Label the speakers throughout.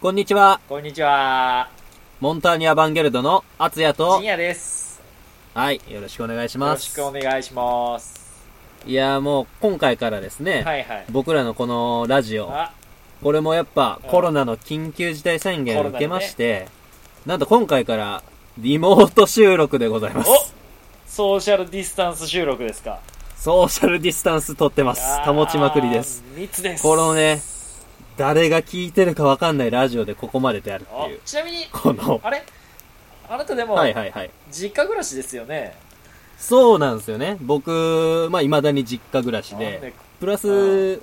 Speaker 1: こんにちは。
Speaker 2: こんにちは。
Speaker 1: モンターニア・バンゲルドのアツヤと
Speaker 2: 深、夜です。
Speaker 1: はい、よろしくお願いし
Speaker 2: よろ
Speaker 1: ま
Speaker 2: し
Speaker 1: す。
Speaker 2: くお願いします。
Speaker 1: いやーもう、今回からですね、
Speaker 2: はいはい。
Speaker 1: 僕らのこのラジオ、
Speaker 2: あ、
Speaker 1: これもやっぱ
Speaker 2: うん
Speaker 1: コロナの緊急事態宣言
Speaker 2: コ
Speaker 1: を
Speaker 2: ロ
Speaker 1: 受
Speaker 2: ナ
Speaker 1: け
Speaker 2: でね
Speaker 1: まして、なんと今回からリモート収録でございます。
Speaker 2: おソーシャルディスタンス収録ですか。
Speaker 1: ソーシャルディスタンス取ってます。保ちまくりです。。
Speaker 2: 密です。
Speaker 1: このね、誰が聞いてるかわかんないラジオでここまでであるって
Speaker 2: あ
Speaker 1: いう。
Speaker 2: ちなみに、
Speaker 1: この、
Speaker 2: あれあなたでも、
Speaker 1: はいはいはい。
Speaker 2: 実家暮らしですよね。
Speaker 1: そうなんですよね。僕、まあ、未だに実家暮らし
Speaker 2: なん
Speaker 1: で、
Speaker 2: で
Speaker 1: プラス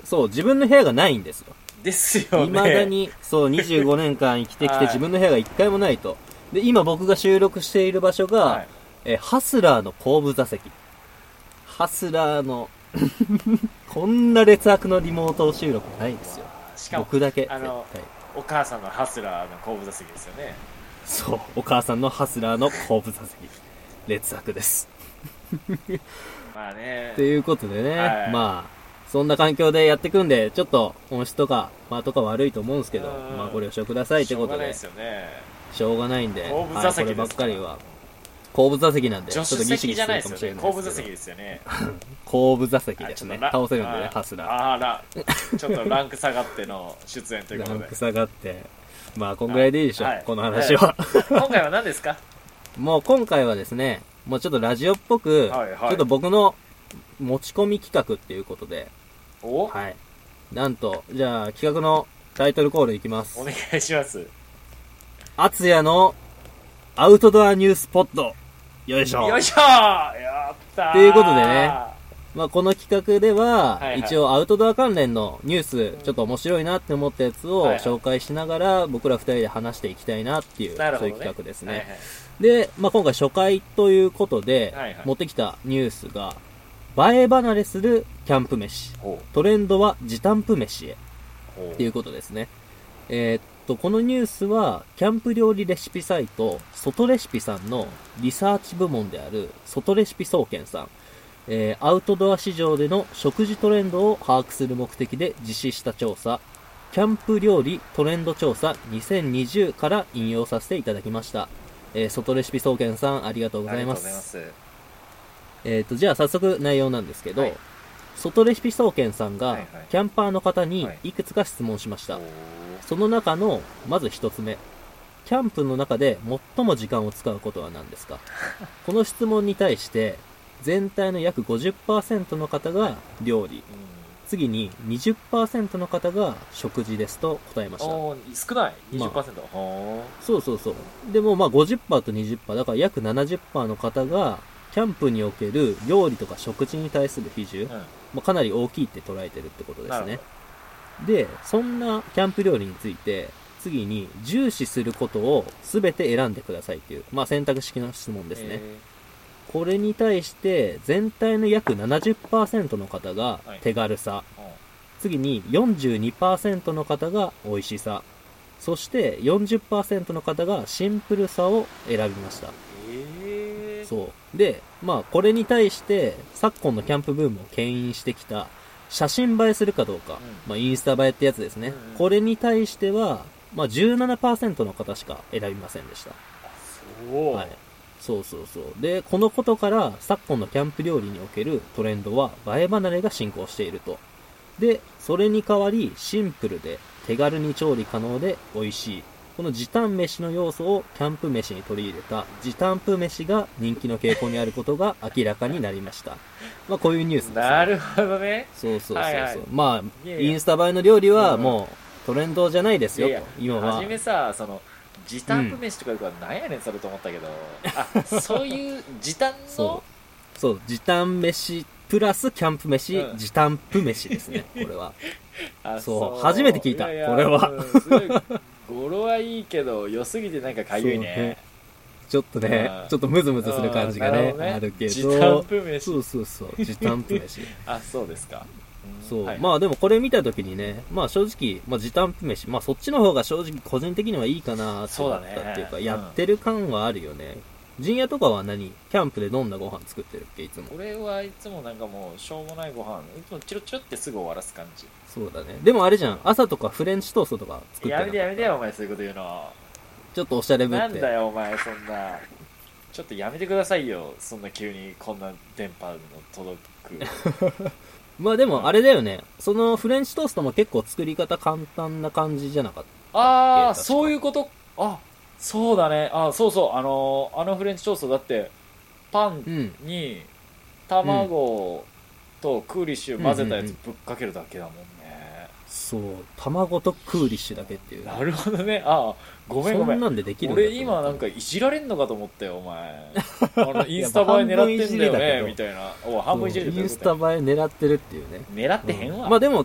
Speaker 2: う、
Speaker 1: そう、自分の部屋がないんですよ。
Speaker 2: ですよね。
Speaker 1: 未だ。に、そう、25年間生きてき
Speaker 2: は
Speaker 1: て
Speaker 2: い
Speaker 1: 自分の部屋が1回もないと。で、今僕が収録している場所が、
Speaker 2: はい。
Speaker 1: えーハスラーの後部座席。ハスラーの、 こんな劣悪のリモート収録ないですよ。
Speaker 2: しかも、
Speaker 1: 僕だけ、絶
Speaker 2: あ
Speaker 1: 対。
Speaker 2: のお母さんのハスラーの後部座席ですよね。
Speaker 1: そう、お母さんのハスラーの後部座席。劣悪です。
Speaker 2: まあね
Speaker 1: と。いうことでね、
Speaker 2: はい
Speaker 1: まあ、そんな環境でやってくんで、ちょっと音質とか、まあとか悪いと思うんですけど、
Speaker 2: うん
Speaker 1: まあご了承くださいってこ
Speaker 2: しょうが
Speaker 1: と
Speaker 2: ない
Speaker 1: で
Speaker 2: で、すよね。
Speaker 1: しょうがないんで、
Speaker 2: 後部座
Speaker 1: は
Speaker 2: 席
Speaker 1: いこればっ
Speaker 2: です
Speaker 1: か
Speaker 2: から
Speaker 1: りは。後部座席なんで、ちょ
Speaker 2: 助
Speaker 1: っと
Speaker 2: 手
Speaker 1: ギシギシ
Speaker 2: 席じ
Speaker 1: す
Speaker 2: ゃない
Speaker 1: るか
Speaker 2: です
Speaker 1: もし
Speaker 2: よ
Speaker 1: れ
Speaker 2: ね。
Speaker 1: ない
Speaker 2: 後
Speaker 1: で
Speaker 2: 部座
Speaker 1: すけ
Speaker 2: 席
Speaker 1: ど。
Speaker 2: ですよね。
Speaker 1: 後部座席
Speaker 2: あ
Speaker 1: で
Speaker 2: ち
Speaker 1: す
Speaker 2: ょっと
Speaker 1: ね。
Speaker 2: ラ
Speaker 1: 倒せるんでね
Speaker 2: あ、
Speaker 1: ハスラー。
Speaker 2: あら、ちょっとランク下がっての出演という
Speaker 1: ラ
Speaker 2: こと
Speaker 1: ン
Speaker 2: で
Speaker 1: ク。下がって。まあ、こんぐらいでいいでしょ、
Speaker 2: はい
Speaker 1: この話は。
Speaker 2: 今回は何ですか
Speaker 1: もう今回はですね、もうちょっとラジオっぽく、
Speaker 2: はいはい
Speaker 1: ちょっと僕の持ち込み企画っていうことで、
Speaker 2: おお
Speaker 1: はい。なんと、じゃあ企画のタイトルコールいきます。
Speaker 2: 願いします。
Speaker 1: あつやのアウトドアニュースポット。よいしょ
Speaker 2: よ。いしょーやったー
Speaker 1: ということでねまあ、この企画では、
Speaker 2: はいはい
Speaker 1: 一応アウトドア関連のニュース、ちょっと面白いなって思ったやつを
Speaker 2: はいはい
Speaker 1: 紹介しながら、僕ら二人で話していきたいなっていう、
Speaker 2: なるほ
Speaker 1: そう
Speaker 2: ど
Speaker 1: いう
Speaker 2: ね
Speaker 1: 企画ですね。
Speaker 2: はいはい
Speaker 1: で、まあ、今回初回ということで、
Speaker 2: はいはい
Speaker 1: 持ってきたニュースが、映え離れするキャンプ飯。
Speaker 2: ほ
Speaker 1: トレンドは時短プ飯へ。
Speaker 2: うほう
Speaker 1: っていうことですね。えーっと、このニュースは、キャンプ料理レシピサイト、外レシピさんのリサーチ部門である、外レシピ総研さん、えーアウトドア市場での食事トレンドを把握する目的で実施した調査、キャンプ料理トレンド調査2020から引用させていただきました。えー外レシピ総研さん、ありがとうご
Speaker 2: あ
Speaker 1: ざ
Speaker 2: り
Speaker 1: いま。
Speaker 2: がとうございますす。
Speaker 1: えーっと、じゃあ早速内容なんですけど、
Speaker 2: はい
Speaker 1: 外レシピ総研さん
Speaker 2: はい
Speaker 1: が
Speaker 2: はい、
Speaker 1: キャンパーの方に
Speaker 2: はい
Speaker 1: いくつか質問しました。
Speaker 2: ほう
Speaker 1: その中の、まず一つ目。キャンプの中で最も時間を使うことは何です かこの質問に対して、全体の約50%の方が料理。
Speaker 2: うん
Speaker 1: 次に20%の方が食事ですと答えました。
Speaker 2: おー少ない
Speaker 1: まあ
Speaker 2: ?20%。ほ
Speaker 1: そうそうそう。でもまあ50%と20%、だから約70%の方が、キャンプにおける料理とか食事に対する比重、
Speaker 2: ううん
Speaker 1: まあ、かなり大きいって捉えてるってことです
Speaker 2: な
Speaker 1: ね
Speaker 2: る。
Speaker 1: で、そんなキャンプ料理について、次に重視することを全て選んでくださいっていう、まあ、選択式の質問ですね。
Speaker 2: え
Speaker 1: これに対して、全体の約70%の方が
Speaker 2: はい
Speaker 1: 手軽さ、
Speaker 2: ーほう
Speaker 1: 次に42%の方が美味しさ、そして40%の方がシンプルさを選びました。
Speaker 2: えー
Speaker 1: そう。で、まあ、これに対して、昨今のキャンプブームを牽引してきた、写真映えするかどうか、まあ、インスタ映えってやつですね。
Speaker 2: うんうん
Speaker 1: これに対しては、まあ、17%の方しか選びませんでした。
Speaker 2: そう
Speaker 1: はい。そうそうそう。で、このことから、昨今のキャンプ料理におけるトレンドは、映え離れが進行していると。で、それに代わり、シンプルで、手軽に調理可能で、美味しい。この時短飯の要素をキャンプ飯に取り入れた、時短プ飯が人気の傾向にあることが明らかになりました。まあ、こういうニュースです、ね。
Speaker 2: なるほどね。
Speaker 1: そうそうそうそう。
Speaker 2: はいはい
Speaker 1: まあ、
Speaker 2: いやいや
Speaker 1: インスタ映えの料理は
Speaker 2: うん
Speaker 1: もうトレンドじゃないですよ、
Speaker 2: いやい
Speaker 1: と。
Speaker 2: や
Speaker 1: 今は
Speaker 2: はじ。めさ、その、時短飯とかいうから何やねんそれと思ったけど、あ、 そういう時短の
Speaker 1: そ、う。そう、時短飯、プラスキャンプ飯、
Speaker 2: うん
Speaker 1: 時短プ飯です ね、これは。
Speaker 2: あ
Speaker 1: そう初めて聞いたこれは
Speaker 2: うんすごい語呂はいいけど良すぎてなんかかゆいね
Speaker 1: ちょっとね
Speaker 2: う、ん
Speaker 1: ちょっとムズムズする感じが
Speaker 2: うんな
Speaker 1: ね、
Speaker 2: るほどね
Speaker 1: あるけ
Speaker 2: 時短
Speaker 1: ど。
Speaker 2: プ飯
Speaker 1: そうそうそう、時短プ 飯。
Speaker 2: あそうですかん
Speaker 1: そう。
Speaker 2: はい
Speaker 1: まあでもこれ見たときにね、まあ正直、まあ時短プ飯、まあそっちの方が正直個人的にはいいかなって
Speaker 2: そう
Speaker 1: 思
Speaker 2: だ
Speaker 1: っ
Speaker 2: ね
Speaker 1: たっていうか、
Speaker 2: うん
Speaker 1: やってる感はあるよね。陣屋とかは何キャンプでどんなご飯作ってるっけいつも
Speaker 2: 俺はいつもなんかもうしょうもないご飯いつもチロチロってすぐ終わらす感じ
Speaker 1: そうだねでもあれじゃん朝とかフレンチトーストとか作ってな
Speaker 2: や
Speaker 1: かっ
Speaker 2: め
Speaker 1: た
Speaker 2: てやめてよお前そういうこと言うの
Speaker 1: ちょっとおしゃれぶっ
Speaker 2: なんだ
Speaker 1: て
Speaker 2: よお前そんなちょっとやめてくださいよそんな急にこんな電波の届 く
Speaker 1: まあでもあれだよねそのフレンチトーストも結構作り方簡単な感じじゃなかった確
Speaker 2: あ
Speaker 1: か
Speaker 2: あそういうことあそうだねあそうそうあのあのフレンチトーストだってパン
Speaker 1: うん
Speaker 2: に卵とクーリッシュ混ぜたや
Speaker 1: うんうん
Speaker 2: つ
Speaker 1: うん
Speaker 2: ぶっかけるだけだもんね、
Speaker 1: そう卵とクーリッシュだけっていう
Speaker 2: なるほどねああごめんごめ
Speaker 1: そん
Speaker 2: ん
Speaker 1: なんでできるんだと
Speaker 2: 俺
Speaker 1: 思った
Speaker 2: 今なんかいじられんのかと思ったよお 前あのインスタ映え狙ってんだよねみたいなお半分いじる
Speaker 1: そう
Speaker 2: っ
Speaker 1: イ
Speaker 2: てど
Speaker 1: ン
Speaker 2: ういう
Speaker 1: ス
Speaker 2: こ
Speaker 1: タ
Speaker 2: と
Speaker 1: 映え狙ってるっていうね
Speaker 2: 狙ってへんわ、
Speaker 1: うんまあでも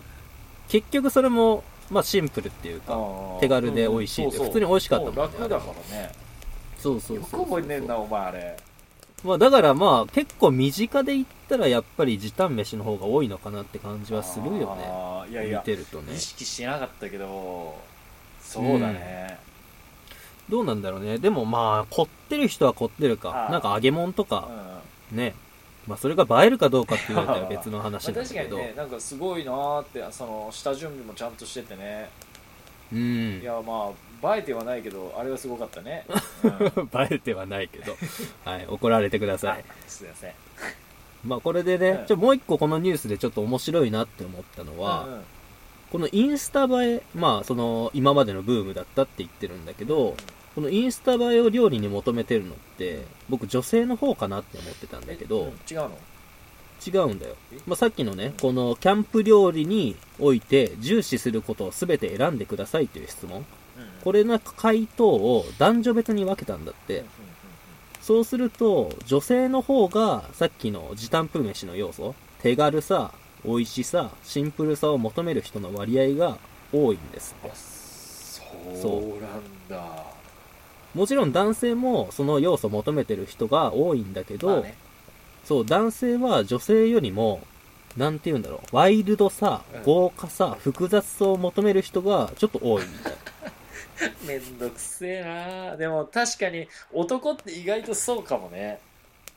Speaker 1: 結局それもまあシンプルっていうか
Speaker 2: あー
Speaker 1: 手軽で美味しいって普通に美味しかったもんね
Speaker 2: う楽だからね
Speaker 1: そうそう
Speaker 2: よ
Speaker 1: そう
Speaker 2: く
Speaker 1: そう
Speaker 2: 覚えてんなお前あれ
Speaker 1: まあだからまあ結構身近で言ったらやっぱり時短飯の方が多いのかなって感じはするよね
Speaker 2: あーいやいや
Speaker 1: 見てるとね
Speaker 2: 意識してなかったけどそうだね、
Speaker 1: どうなんだろうねでもまあ凝ってる人は凝ってるか
Speaker 2: あー
Speaker 1: なんか揚げ物と
Speaker 2: うん
Speaker 1: か
Speaker 2: まあ
Speaker 1: ねまあそれが映えるかどうかって言われたら別の話なんだ
Speaker 2: 確か
Speaker 1: け
Speaker 2: に
Speaker 1: ど、
Speaker 2: ねなんかすごいなーってその下準備もちゃんとしててね
Speaker 1: うん 映
Speaker 2: いやまあ映えてはないけどあれはすごかっ たね、うん、
Speaker 1: えてはないけど、はい、怒られてください
Speaker 2: あすいません
Speaker 1: まあこれでね、
Speaker 2: うん
Speaker 1: ちょもう一個このニュースでちょっと面白いなって思ったのは、
Speaker 2: うんうん
Speaker 1: このインスタ映え、まあその今までのブームだったって言ってるんだけど、このインスタ映えを料理に求めてるのって、僕女性の方かなって思ってたんだけ
Speaker 2: えう
Speaker 1: ど
Speaker 2: ん、違うの
Speaker 1: 違うんだよ
Speaker 2: え。
Speaker 1: まあさっきのね、このキャンプ料理において重視することを全て選んでくださいという質問。これの回答を男女別に分けたんだっ
Speaker 2: れ
Speaker 1: て。そうすると、女性の方が、さっきの時短プ飯の要素、手軽さ、美味しさ、シンプルさを求める人の割合が多いんですって
Speaker 2: あ。そううなんだ
Speaker 1: もちろん男性もその要素を求めてる人が多いんだけど、
Speaker 2: まあね
Speaker 1: そう、男性は女性よりも、なんて言うんだろう、ワイルドさ
Speaker 2: うん、
Speaker 1: 豪華さ、複雑さを求める人がちょっと多いみたい。
Speaker 2: めんどくせえなでも確かに男って意外とそうかもね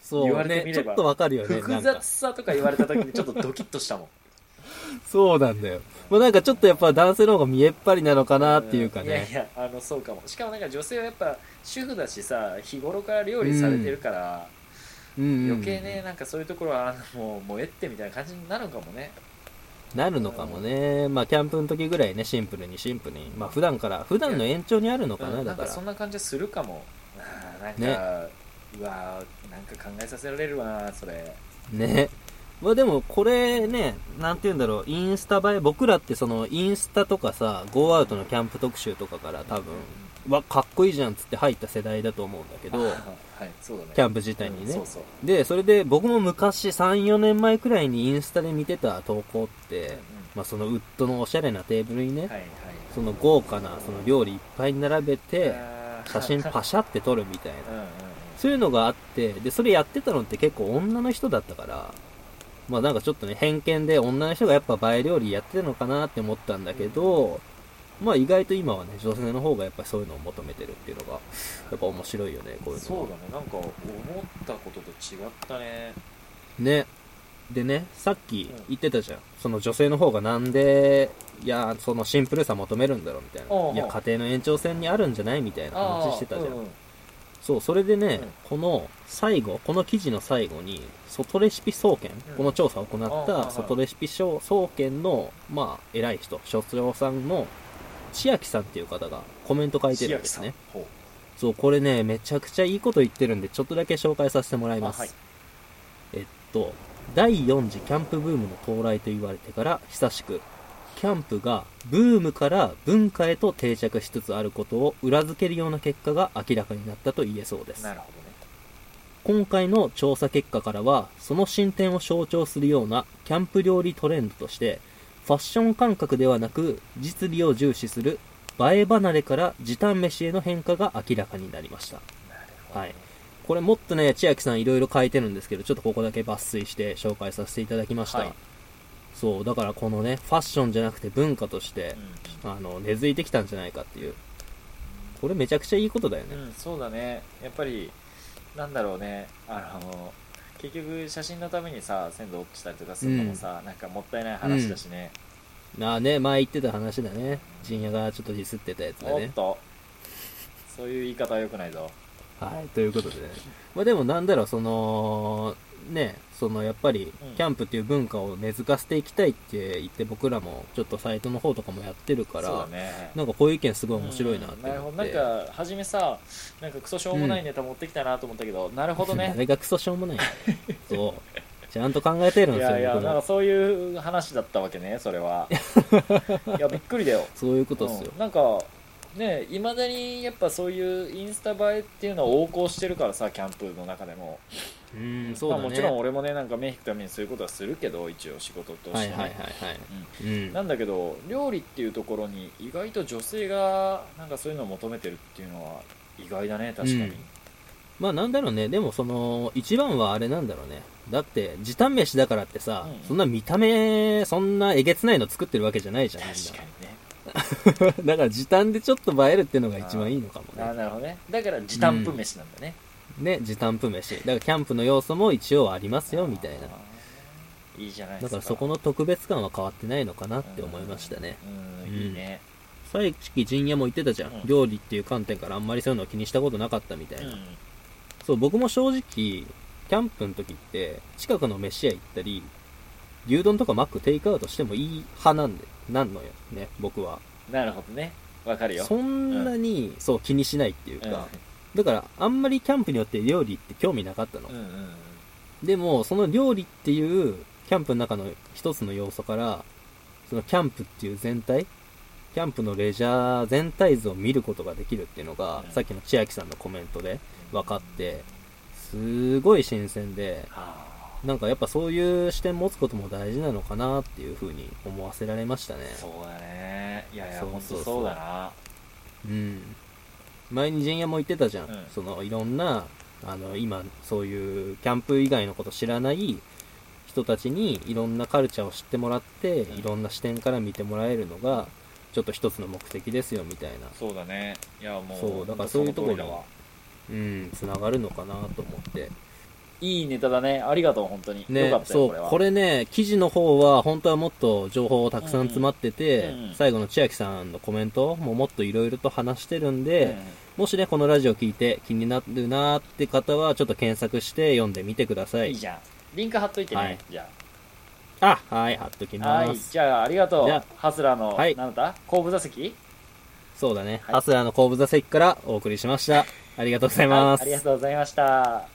Speaker 1: そ
Speaker 2: 言
Speaker 1: う
Speaker 2: われて
Speaker 1: ね、
Speaker 2: み
Speaker 1: ち
Speaker 2: れ
Speaker 1: ょ
Speaker 2: ば
Speaker 1: っとわかるよね、な
Speaker 2: 複
Speaker 1: んか
Speaker 2: 雑。さとか言われた時にちょっとドキッとしたもん
Speaker 1: そうなんだよ。まあなんかちょっとやっぱ男性の方が見えっ張りなのかなっていうか
Speaker 2: いや
Speaker 1: ね
Speaker 2: い。やあのそうかもしかもなんか女性はやっぱ主婦だしさ日頃から料理されてるから、
Speaker 1: 余
Speaker 2: 余計ねなんかそういうところはあのもうもうえってみたいな感じになるのかもね
Speaker 1: なるのかもね。まあ、キャンプの時ぐらいね、シンプルにシンプルに。まあ、普段から、普段の延長にあるのか
Speaker 2: う
Speaker 1: な、
Speaker 2: ん
Speaker 1: だか
Speaker 2: んからそ。んな感じするかもあーなんか、
Speaker 1: ね
Speaker 2: うわーなんか考えさせられるわなそれ
Speaker 1: ね。まあ、でも、これね、なんて言うんだろう、インスタ映え、僕らってその、インスタとかさ、ゴーアウトのキャンプ特集とかから多分、わ、かっこいいじゃんっつって入った世代だと思うんだけ
Speaker 2: あ
Speaker 1: ど
Speaker 2: ー、 はいそうだね
Speaker 1: キャンプ自体に
Speaker 2: うんそ
Speaker 1: ね
Speaker 2: う。そう
Speaker 1: で、それで僕も昔3、4年前くらいにインスタで見てた投稿って、まあ、そのウッドのおしゃれなテーブルにね
Speaker 2: は、いはい
Speaker 1: その豪華な、その料理いっぱいに並べて、
Speaker 2: あー
Speaker 1: 写真パシャって撮るみたいな。
Speaker 2: うんうんうん
Speaker 1: そういうのがあって、で、それやってたのって結構女の人だったから、まあなんかちょっとね、偏見で女の人がやっぱ映え料理やってるのかなって思ったんだけど、まあ意外と今はね、女性の方がやっぱりそういうのを求めてるっていうのが、やっぱ面白いよね、こういうの。
Speaker 2: そうだねなんか思ったことと違ったね
Speaker 1: ね。でね、さっき言ってたじゃん。その女性の方がなんで、いや、そのシンプルさ求めるんだろうみたい
Speaker 2: おうお
Speaker 1: な。
Speaker 2: う
Speaker 1: いや、家庭の延長線にあるんじゃないみたいな話してたじゃん。
Speaker 2: うんうん
Speaker 1: そう、それでね、
Speaker 2: うん
Speaker 1: この最後、この記事の最後に、外レシピ総研、
Speaker 2: うん
Speaker 1: この調査を行
Speaker 2: あ
Speaker 1: っ
Speaker 2: はいは
Speaker 1: た
Speaker 2: い
Speaker 1: 外レシピ総研の、まあ、偉い人、所長さんの、千秋さんっていう方がコメント書いてるんですね。
Speaker 2: ほう
Speaker 1: そう、これね、めちゃくちゃいいこと言ってるんで、ちょっとだけ紹介させてもらいます。
Speaker 2: あはい
Speaker 1: えっと、第4次キャンプブームの到来と言われてから久しく、キャンプがブームから文化へと定着しつつあることを裏付けるような結果が明らかになったと言えそうです。
Speaker 2: なるほ
Speaker 1: 今回の調査結果からはその進展を象徴するようなキャンプ料理トレンドとしてファッション感覚ではなく実利を重視する映え離れから時短飯への変化が明らかになりました
Speaker 2: どね
Speaker 1: はいこれもっとね千秋さんいろいろ書いてるんですけどちょっとここだけ抜粋して紹介させていただきました、
Speaker 2: はい
Speaker 1: そうだからこのねファッションじゃなくて文化として、あの根付いてきたんじゃないかっていうこれめちゃくちゃいいことだよね
Speaker 2: うん、うんそうだねやっぱりなんだろうねあの結局写真のためにさ鮮度落ちたりとかするのもさ、なんかもったいない話だしね、
Speaker 1: ああね、前言ってた話だね。陣屋がちょっとディスってたやつだ
Speaker 2: おっ
Speaker 1: ね。
Speaker 2: とそういう言い方は良くないぞ
Speaker 1: はい、ということでね。まあでもなんだろう、その、ね、そのやっぱり
Speaker 2: うん、
Speaker 1: キャンプっていう文化を根付かせていきたいって言って、僕らもちょっとサイトの方とかもやってるから、
Speaker 2: そうだね
Speaker 1: なんかこういう意見すごい面白いなっ
Speaker 2: うん
Speaker 1: て
Speaker 2: なるほ
Speaker 1: 思っ
Speaker 2: ど
Speaker 1: て。
Speaker 2: なんか初めさなんかクソしょうもないネタ持ってきたなと思ったけ ど、なるほど
Speaker 1: あ
Speaker 2: ね
Speaker 1: れがクソしょうもない。そう。ちゃんと考えてるん
Speaker 2: い
Speaker 1: ですよ、
Speaker 2: やいや
Speaker 1: 僕
Speaker 2: なん
Speaker 1: ら
Speaker 2: か。そういう話だったわけねそ れはいやびっくりだよ
Speaker 1: そういうことですよ
Speaker 2: うん。なんかねいまだにやっぱそういうインスタ映えっていうのは横行してるからさキャンプの中でも、
Speaker 1: うん、そうだね。
Speaker 2: まあもちろん俺もねなんか目引くためにそういうことはするけど一応仕事として、ね
Speaker 1: はいはいはいはい。うん。
Speaker 2: なんだけど料理っていうところに意外と女性がなんかそういうのを求めてるっていうのは意外だね確かに、
Speaker 1: うんまあなんだろうね、でもその、一番はあれなんだろうね。だって、時短飯だからってさ、
Speaker 2: うん
Speaker 1: そんな見た目、そんなえげつないの作ってるわけじゃないじゃん、み
Speaker 2: 確かにね
Speaker 1: んな。だから時短でちょっと映えるっていうのが一番いいのかも
Speaker 2: あー
Speaker 1: ね。
Speaker 2: なるほどねだから時短プ飯なんだね、
Speaker 1: ね、時短プ飯。だからキャンプの要素も一応ありますよ、みたいな
Speaker 2: あ。ーいいじゃない
Speaker 1: だ
Speaker 2: ですか
Speaker 1: からそこの特別感は変わってないのかなって思いましたね。
Speaker 2: うんいいね、
Speaker 1: さっき陣屋も言ってたじゃん,、
Speaker 2: うん
Speaker 1: 料理っていう観点からあんまりそういうのを気にしたことなかったみたいな。
Speaker 2: うん
Speaker 1: そう、僕も正直、キャンプの時って、近くの飯屋行ったり、牛丼とかマックテイクアウトしてもいい派なんで、なんのよ、ね、僕は。
Speaker 2: なるほどねわかるよ
Speaker 1: そんなに、そう、気にしないっていう
Speaker 2: うん
Speaker 1: か、だから、あんまりキャンプによって料理って興味なかったの
Speaker 2: うん。うんうん
Speaker 1: でも、その料理っていう、キャンプの中の一つの要素から、そのキャンプっていう全体、キャンプのレジャー全体図を見ることができるっていうのが、
Speaker 2: うん
Speaker 1: さっきの千秋さんのコメントで分かって、すごい新鮮で、
Speaker 2: は
Speaker 1: なんかやっぱそういう視点持つことも大事なのかなっていうふうに思わせられましたね
Speaker 2: あ。そうだねいやいや
Speaker 1: そう
Speaker 2: ほん
Speaker 1: そう
Speaker 2: と
Speaker 1: そう
Speaker 2: そうだな
Speaker 1: うん。前に陣屋も言ってたじゃん。
Speaker 2: うん
Speaker 1: そのいろんな、あの、今そういうキャンプ以外のこと知らない人たちにいろんなカルチャーを知ってもらって、
Speaker 2: うん
Speaker 1: いろんな視点から見てもらえるのが、ちょっと一つの目的ですよみたいな。
Speaker 2: そうだねいやもう
Speaker 1: そうだからそういうところに
Speaker 2: ほんその通
Speaker 1: うん、つながるのかなと思って。
Speaker 2: りだわいいネタだねありがとう本当に、
Speaker 1: ね
Speaker 2: よか、った
Speaker 1: そ
Speaker 2: よこれ
Speaker 1: う
Speaker 2: は、
Speaker 1: これね、記事の方は本当はもっと情報をたくさん詰まってて、
Speaker 2: うんうん
Speaker 1: 最後の千秋さんのコメントももっといろいろと話してるんで、
Speaker 2: うん
Speaker 1: もしね、このラジオ聞いて気になるなーって方は、ちょっと検索して読んでみてくださ
Speaker 2: い
Speaker 1: い。
Speaker 2: いじゃんリンク貼っといてね、
Speaker 1: はい
Speaker 2: じゃ
Speaker 1: あ、はい、貼っとき
Speaker 2: あは
Speaker 1: ま
Speaker 2: い
Speaker 1: す。
Speaker 2: じゃあありがと
Speaker 1: じゃあ
Speaker 2: うハスラーの、
Speaker 1: はい
Speaker 2: なんだ後部座席
Speaker 1: そうだね。
Speaker 2: はい
Speaker 1: ハスラーの後部座席からお送りしました。ありがとうござい
Speaker 2: は
Speaker 1: ま
Speaker 2: い
Speaker 1: す。
Speaker 2: ありがとうございました